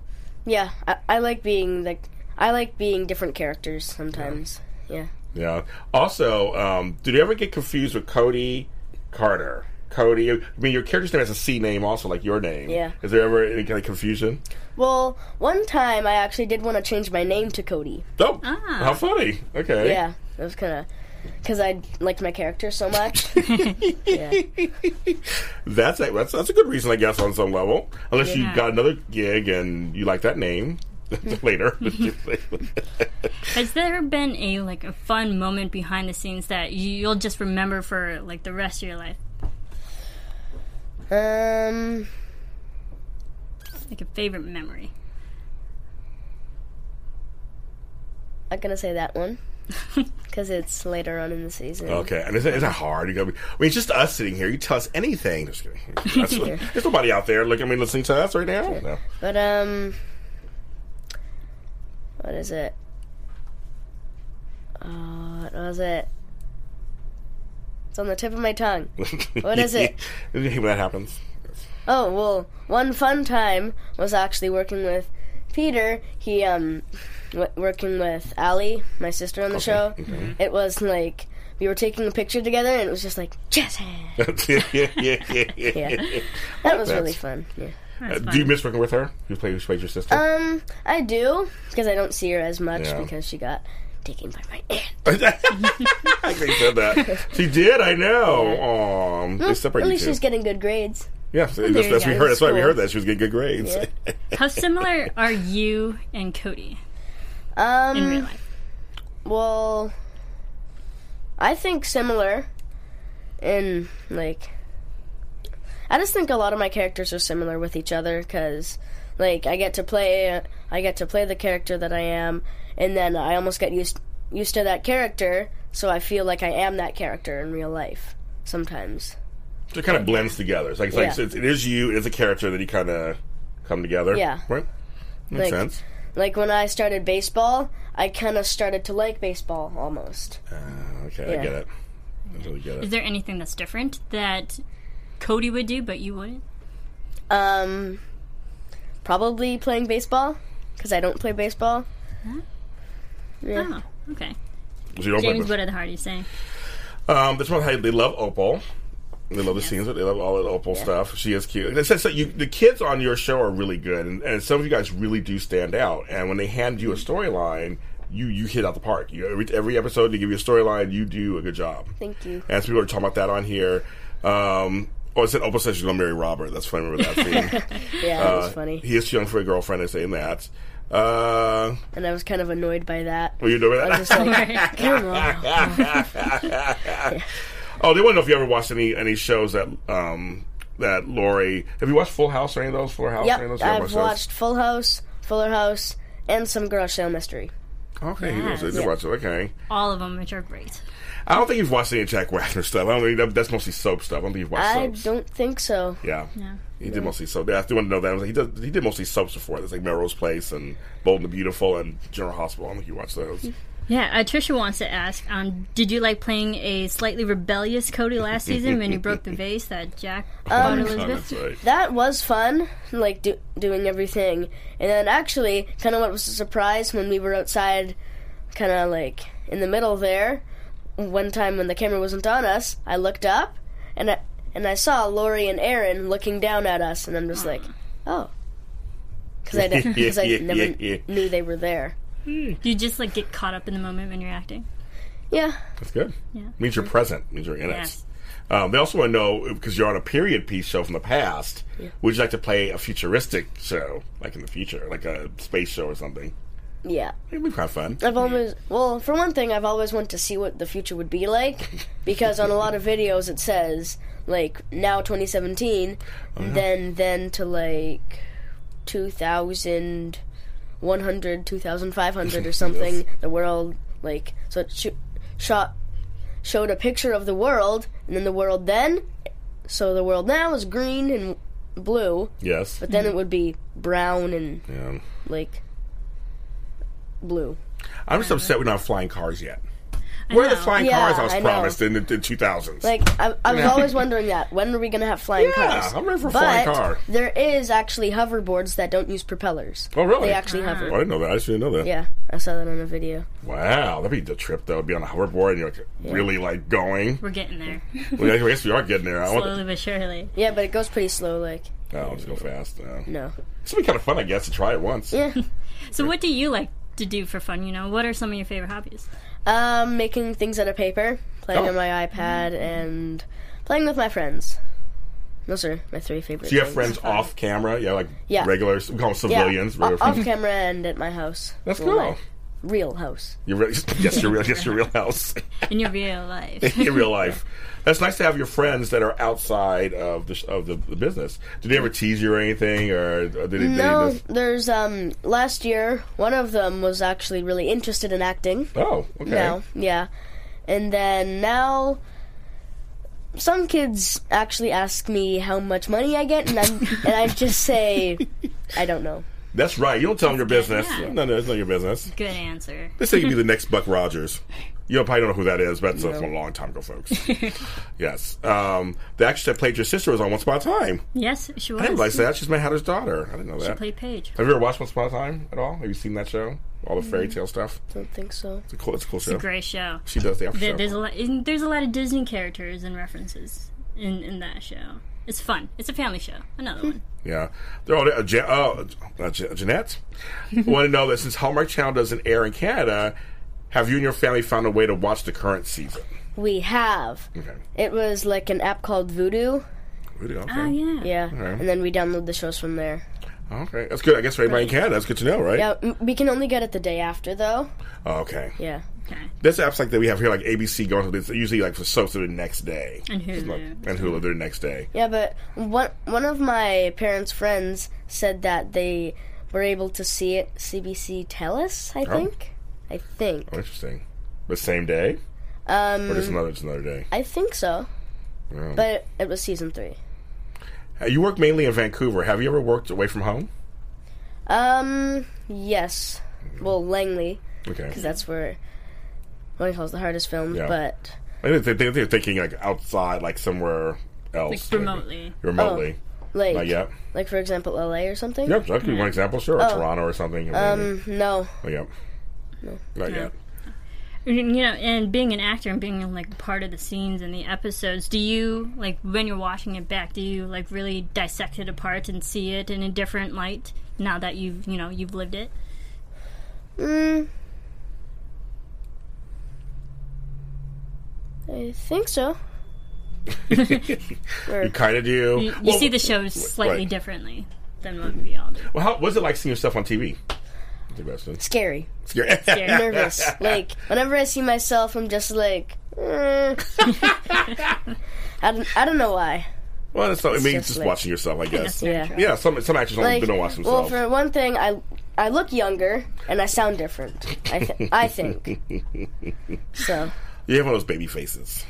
D: Yeah, I, I like being like I like being different characters sometimes. Yeah.
C: Yeah. Also, um, did you ever get confused with Cody Carter? Cody. I mean, your character's name has a C name, also like your name.
D: Yeah.
C: Is there ever any kind of confusion?
D: Well, one time I actually did want to change my name to Cody.
C: Oh, how funny. Okay.
D: Ah. Yeah, that was kind of because I liked my character so much. yeah.
C: That's a, that's that's a good reason, I guess, on some level. Unless you
A: Yeah.
C: got another gig and you like that name
D: Mm-hmm.
C: later.
A: Has there been a like a fun moment behind the scenes that you, you'll just remember for like the rest of your life?
D: Um,
A: Like Like a favorite memory.
D: I'm gonna say that one because it's later on in the season.
C: Okay, and is that, is that hard? You gotta be, I mean, it's just us sitting here. You tell us anything. Just kidding. That's what- there's nobody out there looking. I mean, listening to us right now. No.
D: But um, what is it? Uh, what was it? It's on the tip of my tongue. What is it?
C: when that happens.
D: Oh well, one fun time was actually working with Peter. He um, w- working with Allie, my sister on the show. It was like we were taking a picture together, and it was just like jazz hands.
C: yeah, yeah, yeah, yeah, yeah.
D: That was
C: That's-
D: really fun. Yeah.
C: Uh, do you miss working with her? You play, you played your sister.
D: Um, I do because I don't see her as much
C: Yeah.
D: because she got taken by my aunt.
C: I think she said that. She did. I know. Um, they separate
D: At
C: you
D: least
C: two.
D: she's getting good grades.
C: yeah, so that's,
D: you
C: that's
D: go.
C: we heard. That's why we
D: Cool.
C: heard that she was getting good grades.
A: How similar are you and Cody
D: Um,
A: in real life?
D: well, I think similar, in like, I just think a lot of my characters are similar with each other because, like, I get to play, I get to play the character that I am, and then I almost get used used to that character, so I feel like I am that character in real life sometimes.
C: So it kind of blends together. It's like, it's like
D: Yeah.
C: so it's, it is you. It's a character that you kind of come together.
D: Yeah.
C: right. Makes
D: Like-
C: sense.
D: Like when I started baseball, I kind of started to like baseball almost.
C: Uh, okay, I
D: Yeah.
C: get it. I really get
A: Is
C: it.
A: there anything that's different that Cody would do but you wouldn't?
D: Um, probably playing baseball because I don't play baseball.
A: Oh, okay.
C: So you don't
A: James,
C: blend-
A: what are the hardest saying?
C: Um, this one, how they love Opal. They love the scenes. They love all that Opal stuff. She is cute. It says that you, the kids on your show are really good, and, and some of you guys really do stand out. And when they hand you a storyline, you you hit out the park. You, every, every episode they give you a storyline, you do a good job.
D: Thank you.
C: And so people are talking about that on here. Um, oh, it said Opal says she's gonna marry Robert. That's funny. I Remember that scene?
D: Yeah, that was
C: Uh,
D: funny,
C: He is too young for a girlfriend. Is saying that. Uh,
D: and I was kind of annoyed by that.
C: were you doing that?
D: I was just like,
A: Right.
D: come on.
C: Oh, they want to know if you ever watched any any shows that um that Lori. Have you watched Full House or any of those? Full House or any of
D: Yep,
C: those? You ever
D: I've
C: those?
D: watched Full House, Fuller House, and some garage sale mystery.
C: Okay, you did
A: Yes.
C: watch it. Okay,
A: All of them, which are great.
C: I don't think you've watched any Jack Wagner stuff. I don't think that, that's mostly soap stuff. I don't think you've watched.
D: I
C: soaps.
D: don't think so.
C: Yeah.
A: No.
C: He did mostly soap. Yeah, I still want to know that. I was like, he, does, he did mostly soaps before. That's like Melrose Place and Bold and the Beautiful and General Hospital. I don't think you watched those.
A: Yeah, uh, Trisha wants to ask, um, did you like playing a slightly rebellious Cody last season when he broke the vase that Jack bought
C: That's
A: Elizabeth?
C: right.
D: That was fun, like do, doing everything. And then actually, kind of what was a surprise when we were outside, kind of like in the middle there. One time when the camera wasn't on us, I looked up and I and I saw Lori and Aaron looking down at us, and I'm just like, oh, because I didn't, because I
C: Yeah, yeah,
D: never
C: yeah.
D: knew they were there.
A: Do you just like get caught up in the moment when you're acting?
D: Yeah,
C: That's good.
A: Yeah.
C: Means you're present. Means you're in it.
A: Yes.
C: Um, they also want to know because you're on a period piece show from the past. Would you like to play a futuristic show, like in the future, like a space show or something?
D: yeah.
C: It'd be kind of fun.
D: I've always well, for one thing, I've always wanted to see what the future would be like, because on a lot of videos it says like now 2017, then then to like 2,100, 2,500 or something. The world like so it sh- shot showed a picture of the world, and then the world then, so the world now is green and blue,
C: Yes.
D: but then it would be brown and
C: Yeah.
D: like blue.
C: I'm just upset we don't have flying cars yet. Where are the
A: know.
C: flying
D: Yeah,
C: cars I was
D: I know.
C: promised in the in 2000s?
D: Like I, I was always wondering that. When are we gonna have flying
C: Yeah,
D: cars?
C: I'm ready for a
D: but
C: flying car.
D: There is actually hoverboards that don't use propellers.
C: oh, really?
D: They actually
C: Oh, I
D: hover.
C: didn't know that. I just didn't know that.
D: Yeah, I saw that on a video.
C: Wow, that'd be the trip though. Be on a hoverboard and you're like, really like going.
A: We're getting there.
C: well, I guess we are getting there. I want.
A: Slowly but surely.
D: Yeah, but it goes pretty slow. Like
C: No, I'll just go fast. No.
D: no.
C: This would be kind of fun, I guess, to try it once.
D: Yeah.
A: So, what do you like to do for fun? You know, what are some of your favorite hobbies?
D: Um, making things out of paper, playing
C: Oh.
D: on my iPad, and playing with my friends. Those are my three favorite.
C: Do you have
D: things.
C: friends off camera? Yeah, like
D: Yeah.
C: regulars. We call them
D: Yeah,
C: civilians.
D: o-
C: regular
D: off
C: friends.
D: camera and at my house.
C: That's
D: Well,
C: cool.
D: my- real house.
C: Your real, yes, your real, yes, your real house,
A: in your real life.
C: in real life. That's nice to have your friends that are outside of the sh- of the, the business. Did they ever tease you or anything, or, or did they? they
D: No,
C: just-
D: there's um last year one of them was actually really interested in acting.
C: oh, okay.
D: No, yeah. And then now some kids actually ask me how much money I get and I'm and I just say I don't know.
C: That's right. You don't tell them your business.
A: Yeah.
C: No, no, it's not your business.
A: Good answer.
C: They say you be the next Buck Rogers. You probably don't know who that is, but that's a long time ago, folks. yes. Um, the actress that played your sister was on Once Upon a Time.
A: Yes, she
C: I didn't realize
A: was.
C: that. She's Mad Hatter's daughter. I didn't know that.
A: Play Paige.
C: Have you ever watched Once Upon a Time at all? Have you seen that show? All the
A: Mm-hmm.
C: fairy tale stuff.
D: I don't think so.
C: It's a cool. It's a cool show.
A: It's a great show.
C: She does the after
A: There,
C: show.
A: there's a lot. and There's a lot of Disney characters and references in in that show. It's fun. It's a family show. Another one.
C: Yeah, they're all. Uh, Jan- oh, uh, Jan- Jeanette, want to know that since Hallmark Channel doesn't air in Canada, have you and your family found a way to watch the current season?
D: We have.
C: Okay.
D: It was like an app called Voodoo.
C: Really? Okay.
A: Oh yeah.
D: Yeah. And then we download the shows from there.
C: Okay, that's good. I guess for anybody in Canada, that's good to know, right?
D: Yeah, m- we can only get it the day after though.
C: Oh, okay.
D: Yeah.
A: Okay.
C: There's apps like that we have here, like ABC going to this usually like for soaps are the next day.
A: And
C: Like,
A: Hulu.
C: and Hulu, they're the next day.
D: Yeah, but one one of my parents' friends said that they were able to see it CBC Telus, I think. I think.
C: Oh, interesting. But same day?
D: Um
C: Or just another just another day.
D: I think so.
C: Yeah.
D: But it, it was season three.
C: Uh, You work mainly in Vancouver. Have you ever worked away from home?
D: Um, yes. Well, Langley,
C: Okay.
D: because that's where what he calls the hardest film.
C: Yeah.
D: But
C: I think they- they- they're thinking like outside, like somewhere else.
A: Like remotely.
C: Maybe. Remotely.
D: like,
C: Not yet.
D: like for example, L.A. or something.
C: Yep, that could
A: Mm-hmm.
C: be one example, sure. Or Toronto or something. Um,
D: Oh. Um, no.
C: yep. Not yet.
A: you know and being an actor and being like part of the scenes and the episodes do you like when you're watching it back do you like really dissect it apart and see it in a different light now that you've you know you've lived it
D: Mm, I think so.
C: You kind of do.
A: you, you
C: Well,
A: see the shows slightly
C: right.
A: differently than what we all do
C: Well, how, what's it like seeing your stuff on TV? That's the question.
D: Scary,
C: Scary.
D: nervous. like whenever I see myself, I'm just like, eh. I don't, I don't know why.
C: well, it's not, I mean,
D: just
C: just,
D: like-
C: watching yourself, I guess.
D: Yeah.
C: Yeah, some some actors don't, they don't watch
D: well,
C: themselves.
D: for one thing, I I look younger and I sound different. I th- I think so.
C: you have one of those baby faces.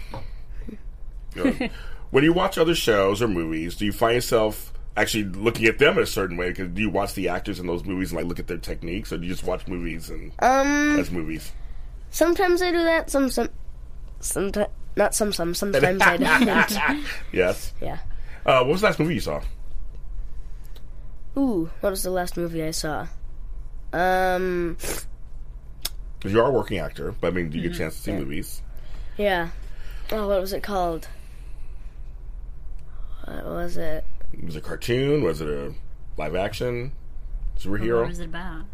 C: You know, when you watch other shows or movies, do you find yourself actually looking at them in a certain way? 'Cause do you watch the actors in those movies and like look at their techniques, or do you just watch movies and
D: Um,
C: as movies?
D: sometimes I do that. Some some sometimes not some some sometimes I don't.
C: Yes.
D: yeah.
C: Uh, what was the last movie you saw?
D: Ooh, what was the last movie I saw? Um,
C: 'Cause you are a working actor, but I mean, do you
D: Mm-hmm.
C: get a chance to see movies?
D: yeah. Oh, what was it called? What was it?
C: Was it a cartoon? Was it a live action?
A: what
C: Superhero?
A: was it about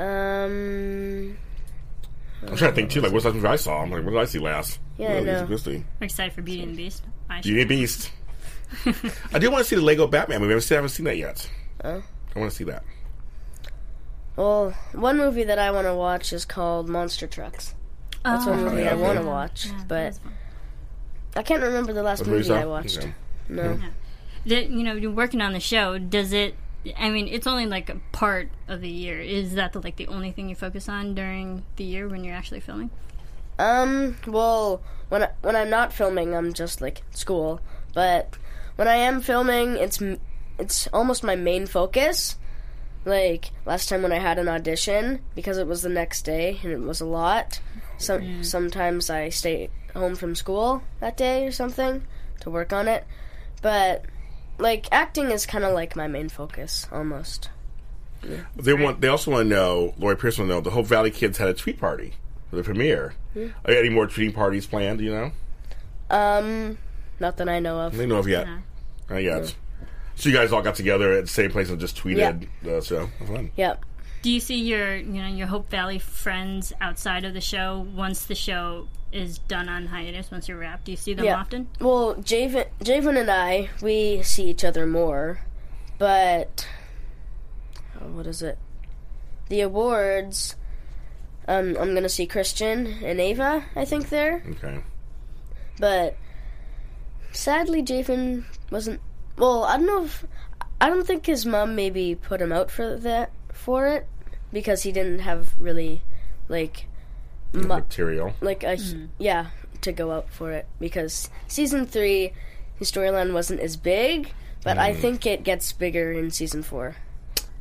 D: Um,
C: I'm trying to think too. Like, what's the last movie I saw? I'm like, what did I see last?
D: Yeah, I
C: Really, it's
D: know.
C: Christie.
A: I'm excited for beauty and the beast I
C: Beauty and the Beast. I do want to see the Lego Batman movie. I still haven't seen that yet.
D: Oh.
C: I want to see that.
D: well, one movie that I want to watch is called Monster Trucks. That's
A: Oh.
D: one movie
C: Oh, yeah,
D: I want to
C: okay.
D: watch,
A: Yeah, that
D: but
A: was fun.
D: I can't remember the last
C: What
D: movie
C: you
D: I
C: saw?
D: watched.
C: Okay.
D: No.
A: that you know you're working on the show does it i mean it's only like a part of the year is that the, like the only thing you focus on during the year when you're actually filming
D: Um. Well, when I, when I'm not filming, I'm just like school. But when I am filming, it's m- it's almost my main focus. Like last time when I had an audition, because it was the next day and it was a lot. Some sometimes I stay home from school that day or something to work on it. But like acting is kind of like my main focus almost.
C: They want. They also want to know. Lori Pierce want to know. The Hope Valley kids had a tweet party for the premiere.
D: Hmm.
C: Are you any more tweeting parties planned? Do you know?
D: Um, not that I know of.
C: They know of yet. Not yet.
D: Hmm.
C: So you guys all got together at the same place and just tweeted the show. Fun.
D: Yep.
A: Do you see your you know your Hope Valley friends outside of the show once the show is done on hiatus? Once you're wrapped, do you see them
D: Yeah.
A: often?
D: Well, Javen, Javen and I, we see each other more, but oh, what is it? The awards. Um, I'm gonna see Christian and Ava. I think there,
C: Okay.
D: but sadly, Javen wasn't. Well, I don't know if I don't think his mom maybe put him out for that for it because he didn't have really like mu-
C: Material.
D: like a hu- yeah to go out for it because season three his storyline wasn't as big but i think it gets bigger in season four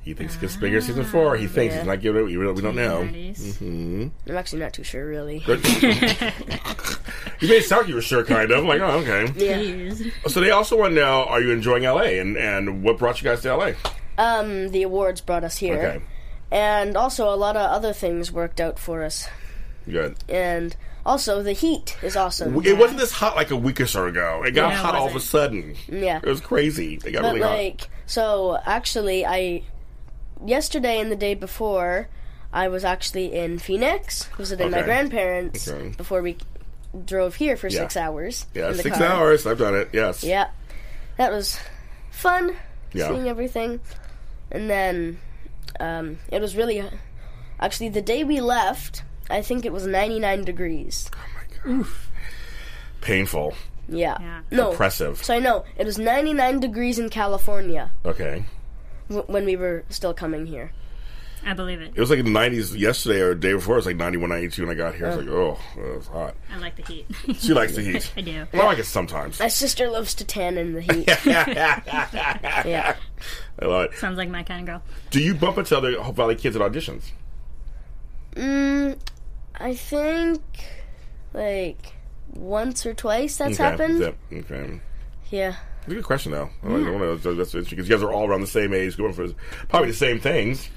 C: He thinks it gets bigger season
D: Ah,
C: four. He thinks he's not giving it. We don't we don't know. Mm-hmm.
A: Nice.
D: i'm actually not too sure really
C: You made it sound like you were sure, kind of. I'm like, oh, okay.
D: yeah
A: Jeez.
C: So they also want to know: Are you enjoying LA, and and what brought you guys to LA?
D: um the awards brought us here
C: Okay,
D: and also a lot of other things worked out for us
C: good.
D: and also the heat is awesome
C: It wasn't this hot like a week or so ago. It got
A: Yeah, it
C: hot all of a
A: wasn't.
C: sudden.
D: yeah
C: It was crazy. It got
D: but
C: really
D: like so actually i yesterday and the day before i was actually in phoenix visiting my
C: Okay.
D: grandparents
C: Okay.
D: before we drove here for six hours
C: hot. Yeah,
D: in the
C: six
D: car.
C: hours. I've done it. Yes.
D: yeah that was fun seeing
C: Yeah.
D: everything and then um, it was really actually the day we left i think it was 99 degrees
C: Painful.
D: yeah,
A: Yeah.
D: no
C: Oppressive.
D: Oh. so i know it was 99 degrees in california
C: Okay.
D: w- when we were still coming here
A: I believe it.
C: It was like in the 90s yesterday or the day before. It was like 91, 92 when I got here. It's like, oh, it was hot.
A: I like the heat.
C: She likes the heat.
A: I do.
C: Well, I like it sometimes.
D: My sister loves to tan in the heat. yeah.
C: I love it.
A: Sounds like my kind of girl.
C: Do you bump into other Hope Valley kids at auditions?
D: Mm, I think like once or twice that's
C: okay.
D: happened.
C: Yep. Okay.
D: Yeah.
C: It's a good question, though. I
D: Mm.
C: don't know. That's, that's interesting because you guys are all around the same age, going for probably the same things.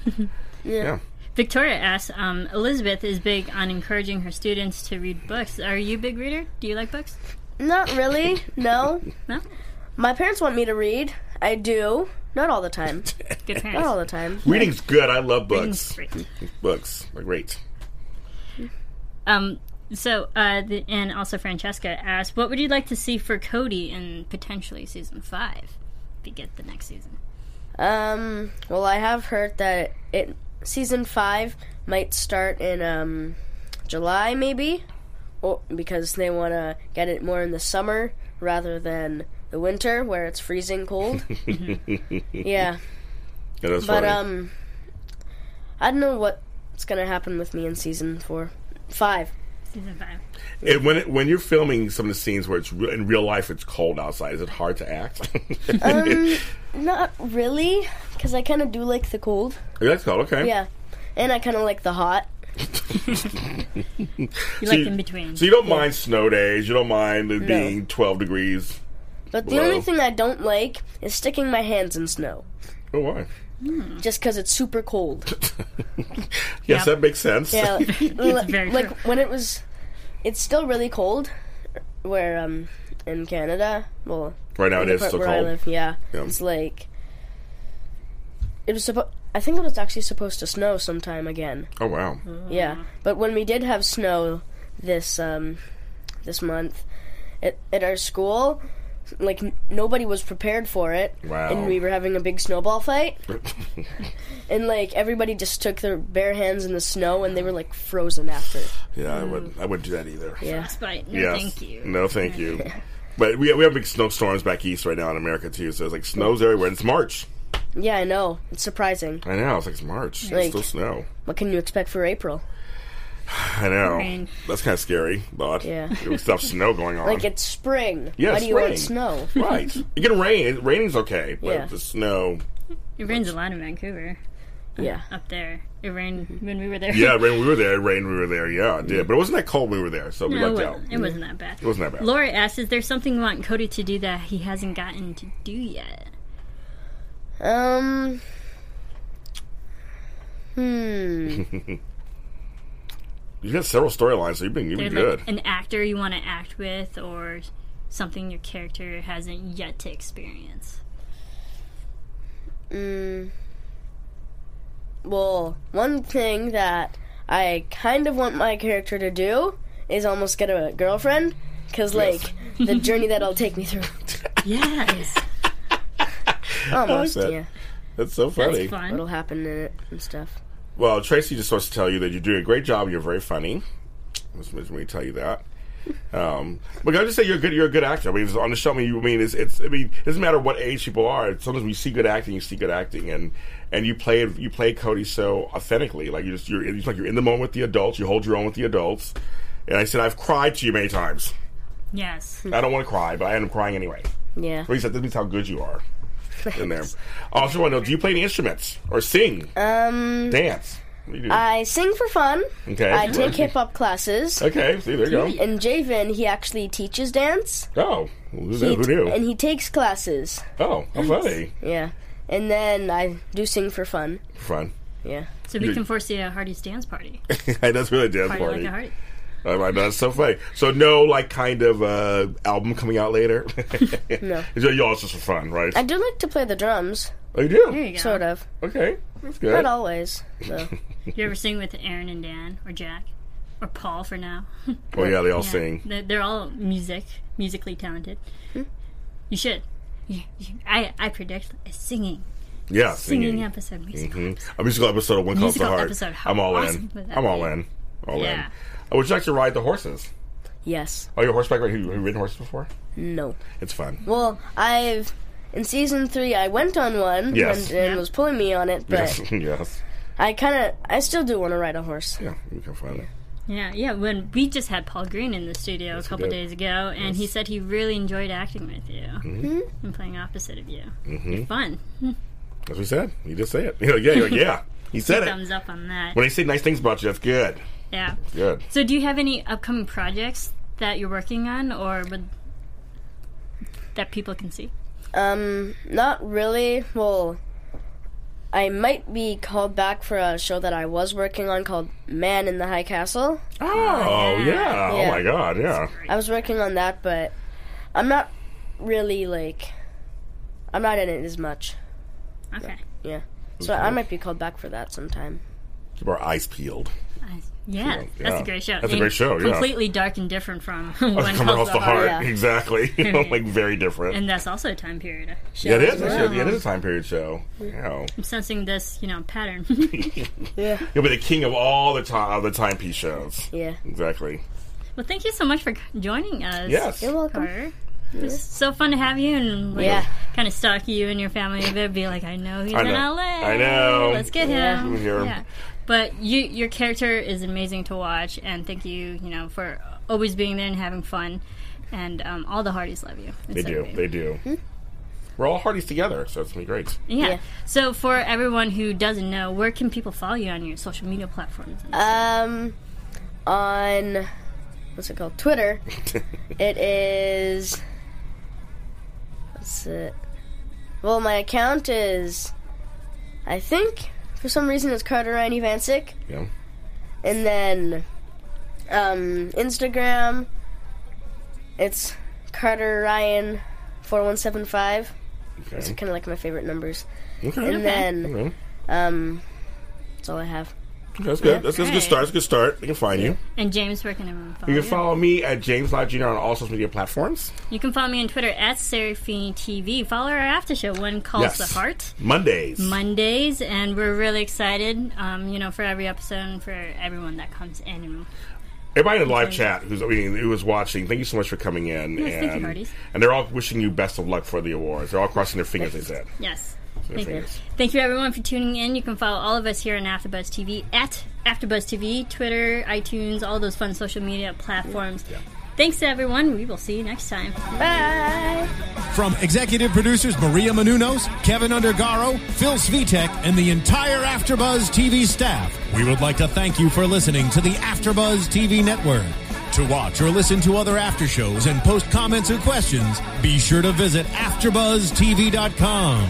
C: yeah.
A: Victoria asks, um, Elizabeth is big on encouraging her students to read books. Are you a big reader? Do you like books?
D: Not really. no.
A: No?
D: My parents want me to read. I do. Not all the time.
A: Good
D: Not all
A: parents.
D: the time.
C: Reading's good. I love books.
A: Great.
C: Books are great.
A: Um, so, uh, the, and also Francesca asked, what would you like to see for Cody in potentially season five? If you get the next season.
D: Um. Well, I have heard that it season five might start in um July maybe, or because they want to get it more in the summer rather than the winter where it's freezing cold.
C: Yeah,
D: yeah.
C: that's
D: But
C: funny.
D: um, I don't know what's gonna happen with me in season four, five.
A: Season five.
C: And when it, when you're filming some of the scenes where it's re- in real life, it's cold outside. Is it hard to act?
D: Um, not really, because I kind of do like the cold.
C: that's cold. Okay.
D: Yeah, and I kind of like the hot.
A: You
C: So
A: like
C: you-
A: in between.
C: So you don't mind snow days. You don't mind it being 12 degrees.
D: But the
C: Wow.
D: only thing I don't like is sticking my hands in snow,
C: Oh, why?
D: just because it's super cold.
C: Yes, that makes sense.
D: Yeah, li-
A: very
D: like
A: true.
D: when it was, it's still really cold, where um in Canada, well
C: right now it
D: the
C: is
D: part
C: still
D: where I
C: cold.
D: live, yeah.
C: Yeah.
D: It's like it was supposed. I think it was actually supposed to snow sometime again.
C: Oh wow.
D: Yeah, but when we did have snow this um this month at, at our school, like n- nobody was prepared for it,
C: Wow.
D: and we were having a big snowball fight, and like everybody just took their bare hands in the snow, and they were like frozen after.
C: Yeah, I
D: Mm.
C: wouldn't. I wouldn't do that either.
D: Yeah.
A: Frostbite. No,
C: Yes.
A: thank you.
C: No, thank you. But we, we have big snowstorms back east right now in America too. So it's like snows everywhere. It's March.
D: Yeah, I know. It's surprising.
C: I know. It's like it's March.
D: Like-
C: it's still snow.
D: What can you expect for April?
C: I know.
A: Rain.
C: That's kind of scary. But
D: Yeah.
C: stuff snow going on.
D: Like it's spring.
C: Yeah,
D: Why do you want
C: spring.
D: snow?
C: right. It can rain. Raining's okay, but
D: Yeah.
C: the snow.
A: It rains a lot in Vancouver.
D: Yeah.
A: Up there. It rained when we were there.
C: Yeah, rain. We were there. Rain. We were there. Yeah, it did. But it wasn't that cold. when We were there, so we
A: No, it,
C: lucked out.
A: wasn't, it wasn't that bad. It
C: wasn't that bad.
A: Laura asks, is there something you want Cody to do that he hasn't gotten to do yet?
D: Um. Hmm.
C: You got several storylines, so you've been you've been
A: There's
C: good.
A: like an actor you want to act with or something your character hasn't yet to experience.
D: mm. Well, one thing that I kind of want my character to do is almost get a girlfriend, because like the journey that'll take me through.
A: Yes.
D: Almost,
C: that.
D: yeah.
C: That's so funny.
A: That's fun.
D: What'll happen in it and stuff.
C: Well, Tracy just wants to tell you that you're doing a great job. You're very funny. Let me- let me tell you that. Um, but can I just say you're a good. You're a good actor. I mean, it's on the show, I mean, you I mean it's, it's. I mean, it doesn't matter what age people are. Sometimes we see good acting, you see good acting, and and you play you play Cody so authentically. Like you just you're it's like you're in the moment with the adults. You hold your own with the adults. And I said I've cried to you many times.
A: Yes.
C: I don't want to cry, but I end up crying anyway.
D: Yeah.
C: At least that means how good you are in there. I also want to know: Do you play any instruments or sing,
D: Um,
C: dance? What do you do?
D: I sing for fun.
C: Okay.
D: I take hip hop classes.
C: Okay, see, there you go.
D: And Javen, he actually teaches dance.
C: Oh, who
D: He
C: knew? Who knew?
D: And he takes classes.
C: Oh, how funny.
D: Yeah. And then I do sing for fun.
C: Fun.
D: Yeah.
A: So we can foresee a Hardy's dance party.
C: That's really a dance
A: Party like
C: party.
A: a Hardy.
C: I mean, that's so funny. So no, like, kind of uh, album coming out later. no. Y'all just for fun, right?
D: I do like to play the drums,
C: oh, you do.
A: There you go.
D: sort of.
C: Okay, that's good.
D: Not always, though.
A: You ever sing with Aaron and Dan or Jack or Paul for now?
C: Well, yeah, they all sing.
A: They're, they're all music, musically talented. You should. You- you- I, I predict a singing,
C: Yeah,
A: singing,
C: singing.
A: episode. Musical.
C: Mhm. A musical episode of One Comes the
A: Musical
C: Heart.
A: episode, how
C: I'm all
A: awesome
C: in.
A: would that
C: I'm all
A: be?
C: in. All
A: Yeah.
C: in. I would you like to ride the horses?
D: yes.
C: Oh, you're a horseback riding. Have you have you ridden horses before?
D: No.
C: It's fun.
D: Well, I've. In season three, I went on one.
C: Yes.
D: And, and was pulling me on it, but
C: Yes, yes.
D: I kind of. I still do want to ride a horse.
C: Yeah, we can find
A: Yeah, yeah. When we just had Paul Green in the studio a couple
C: did.
A: days ago, and he said he really enjoyed acting with you
C: Mm-hmm.
A: and playing opposite of you. You're fun.
C: As we said, you just say it. You're like, yeah, you're like, yeah. He said it.
A: Thumbs up on that.
C: When they say nice things about you, that's good.
A: Yeah.
C: Good.
A: So, do you have any upcoming projects that you're working on, or would that people can see?
D: Um, not really. Well, I might be called back for a show that I was working on called Man in the High Castle.
C: Oh yeah. Oh
D: Yeah.
C: my God. Yeah.
D: I was working on that, but I'm not really like I'm not in it as much.
A: Okay.
D: Yeah. So I might be called back for that sometime.
C: Keep our eyes peeled.
A: I- Uh, Yeah, that's
C: yeah.
A: a great show.
C: That's a
A: And
C: great show, yeah. Oh,
A: Completely dark and different from When Comes
C: Coming off the heart.
D: Yeah.
C: Exactly. You know, like very different.
A: And that's also a time period uh, show.
C: yeah, it is.
A: as
C: actually.
A: well.
C: Yeah, it is a time period show. Yeah.
A: I'm sensing this, you know, pattern.
C: You'll be the king of all the time of the timepiece shows.
D: Yeah.
C: Exactly.
A: well, thank you so much for joining us.
C: Yes.
D: You're welcome.
A: Carter. It was so fun to have you and like,
D: Yeah.
A: kind of stalk you and your family a bit. Be like, I know he's
C: I
A: in
C: know.
A: LA.
C: I know.
A: Let's get him.
C: We hear him.
A: Yeah. But you, your character is amazing to watch, and thank you, you know, for always being there and having fun. And um, all the Hardys love you. It's
C: They
A: so
C: do.
A: great.
C: They do. We're all Hardys together, so it's gonna be great.
A: Yeah.
D: Yeah.
A: So for everyone who doesn't know, where can people follow you on your social media platforms?
D: Um on what's it called? Twitter. it is what's it? Well, my account is I think for some reason it's Carter Ryan Evancic.
C: Yeah.
D: And then um, Instagram, it's Carter Ryan four one seven five. It's
C: Okay.
D: kind of like my favorite numbers.
C: Okay.
D: And then
C: Okay.
D: um, that's all I have.
C: That's good. That's, that's a good
A: Right.
C: start. That's a good start. They can find you.
A: and James, where can everyone follow
C: You
A: you?
C: can follow me at James Lott Jr. on all social media platforms.
A: You can follow me on Twitter at Serafini TV. Follow our after show, One Calls
C: Yes.
A: the Heart,
C: Mondays.
A: Mondays, and we're really excited, um, you know, for every episode and for everyone that comes in. And
C: Everybody in the live chat who's I mean, who was watching, thank you so much for coming in.
A: Yes, thank you,
C: and,
A: Hardys.
C: and they're all wishing you best of luck for the awards. They're all crossing their fingers, they said.
A: Yes.
C: Their
A: Thank you.
C: fingers.
A: Thank you, everyone, for tuning in. You can follow all of us here on AfterBuzz TV at AfterBuzz TV, Twitter, iTunes, all those fun social media platforms. Thanks to everyone. We will see you next time.
D: Bye.
B: From executive producers Maria Manunos, Kevin Undergaro, Phil Svitek, and the entire AfterBuzz TV staff, we would like to thank you for listening to the AfterBuzz TV network. To watch or listen to other after shows and post comments or questions, be sure to visit AfterBuzzTV.com.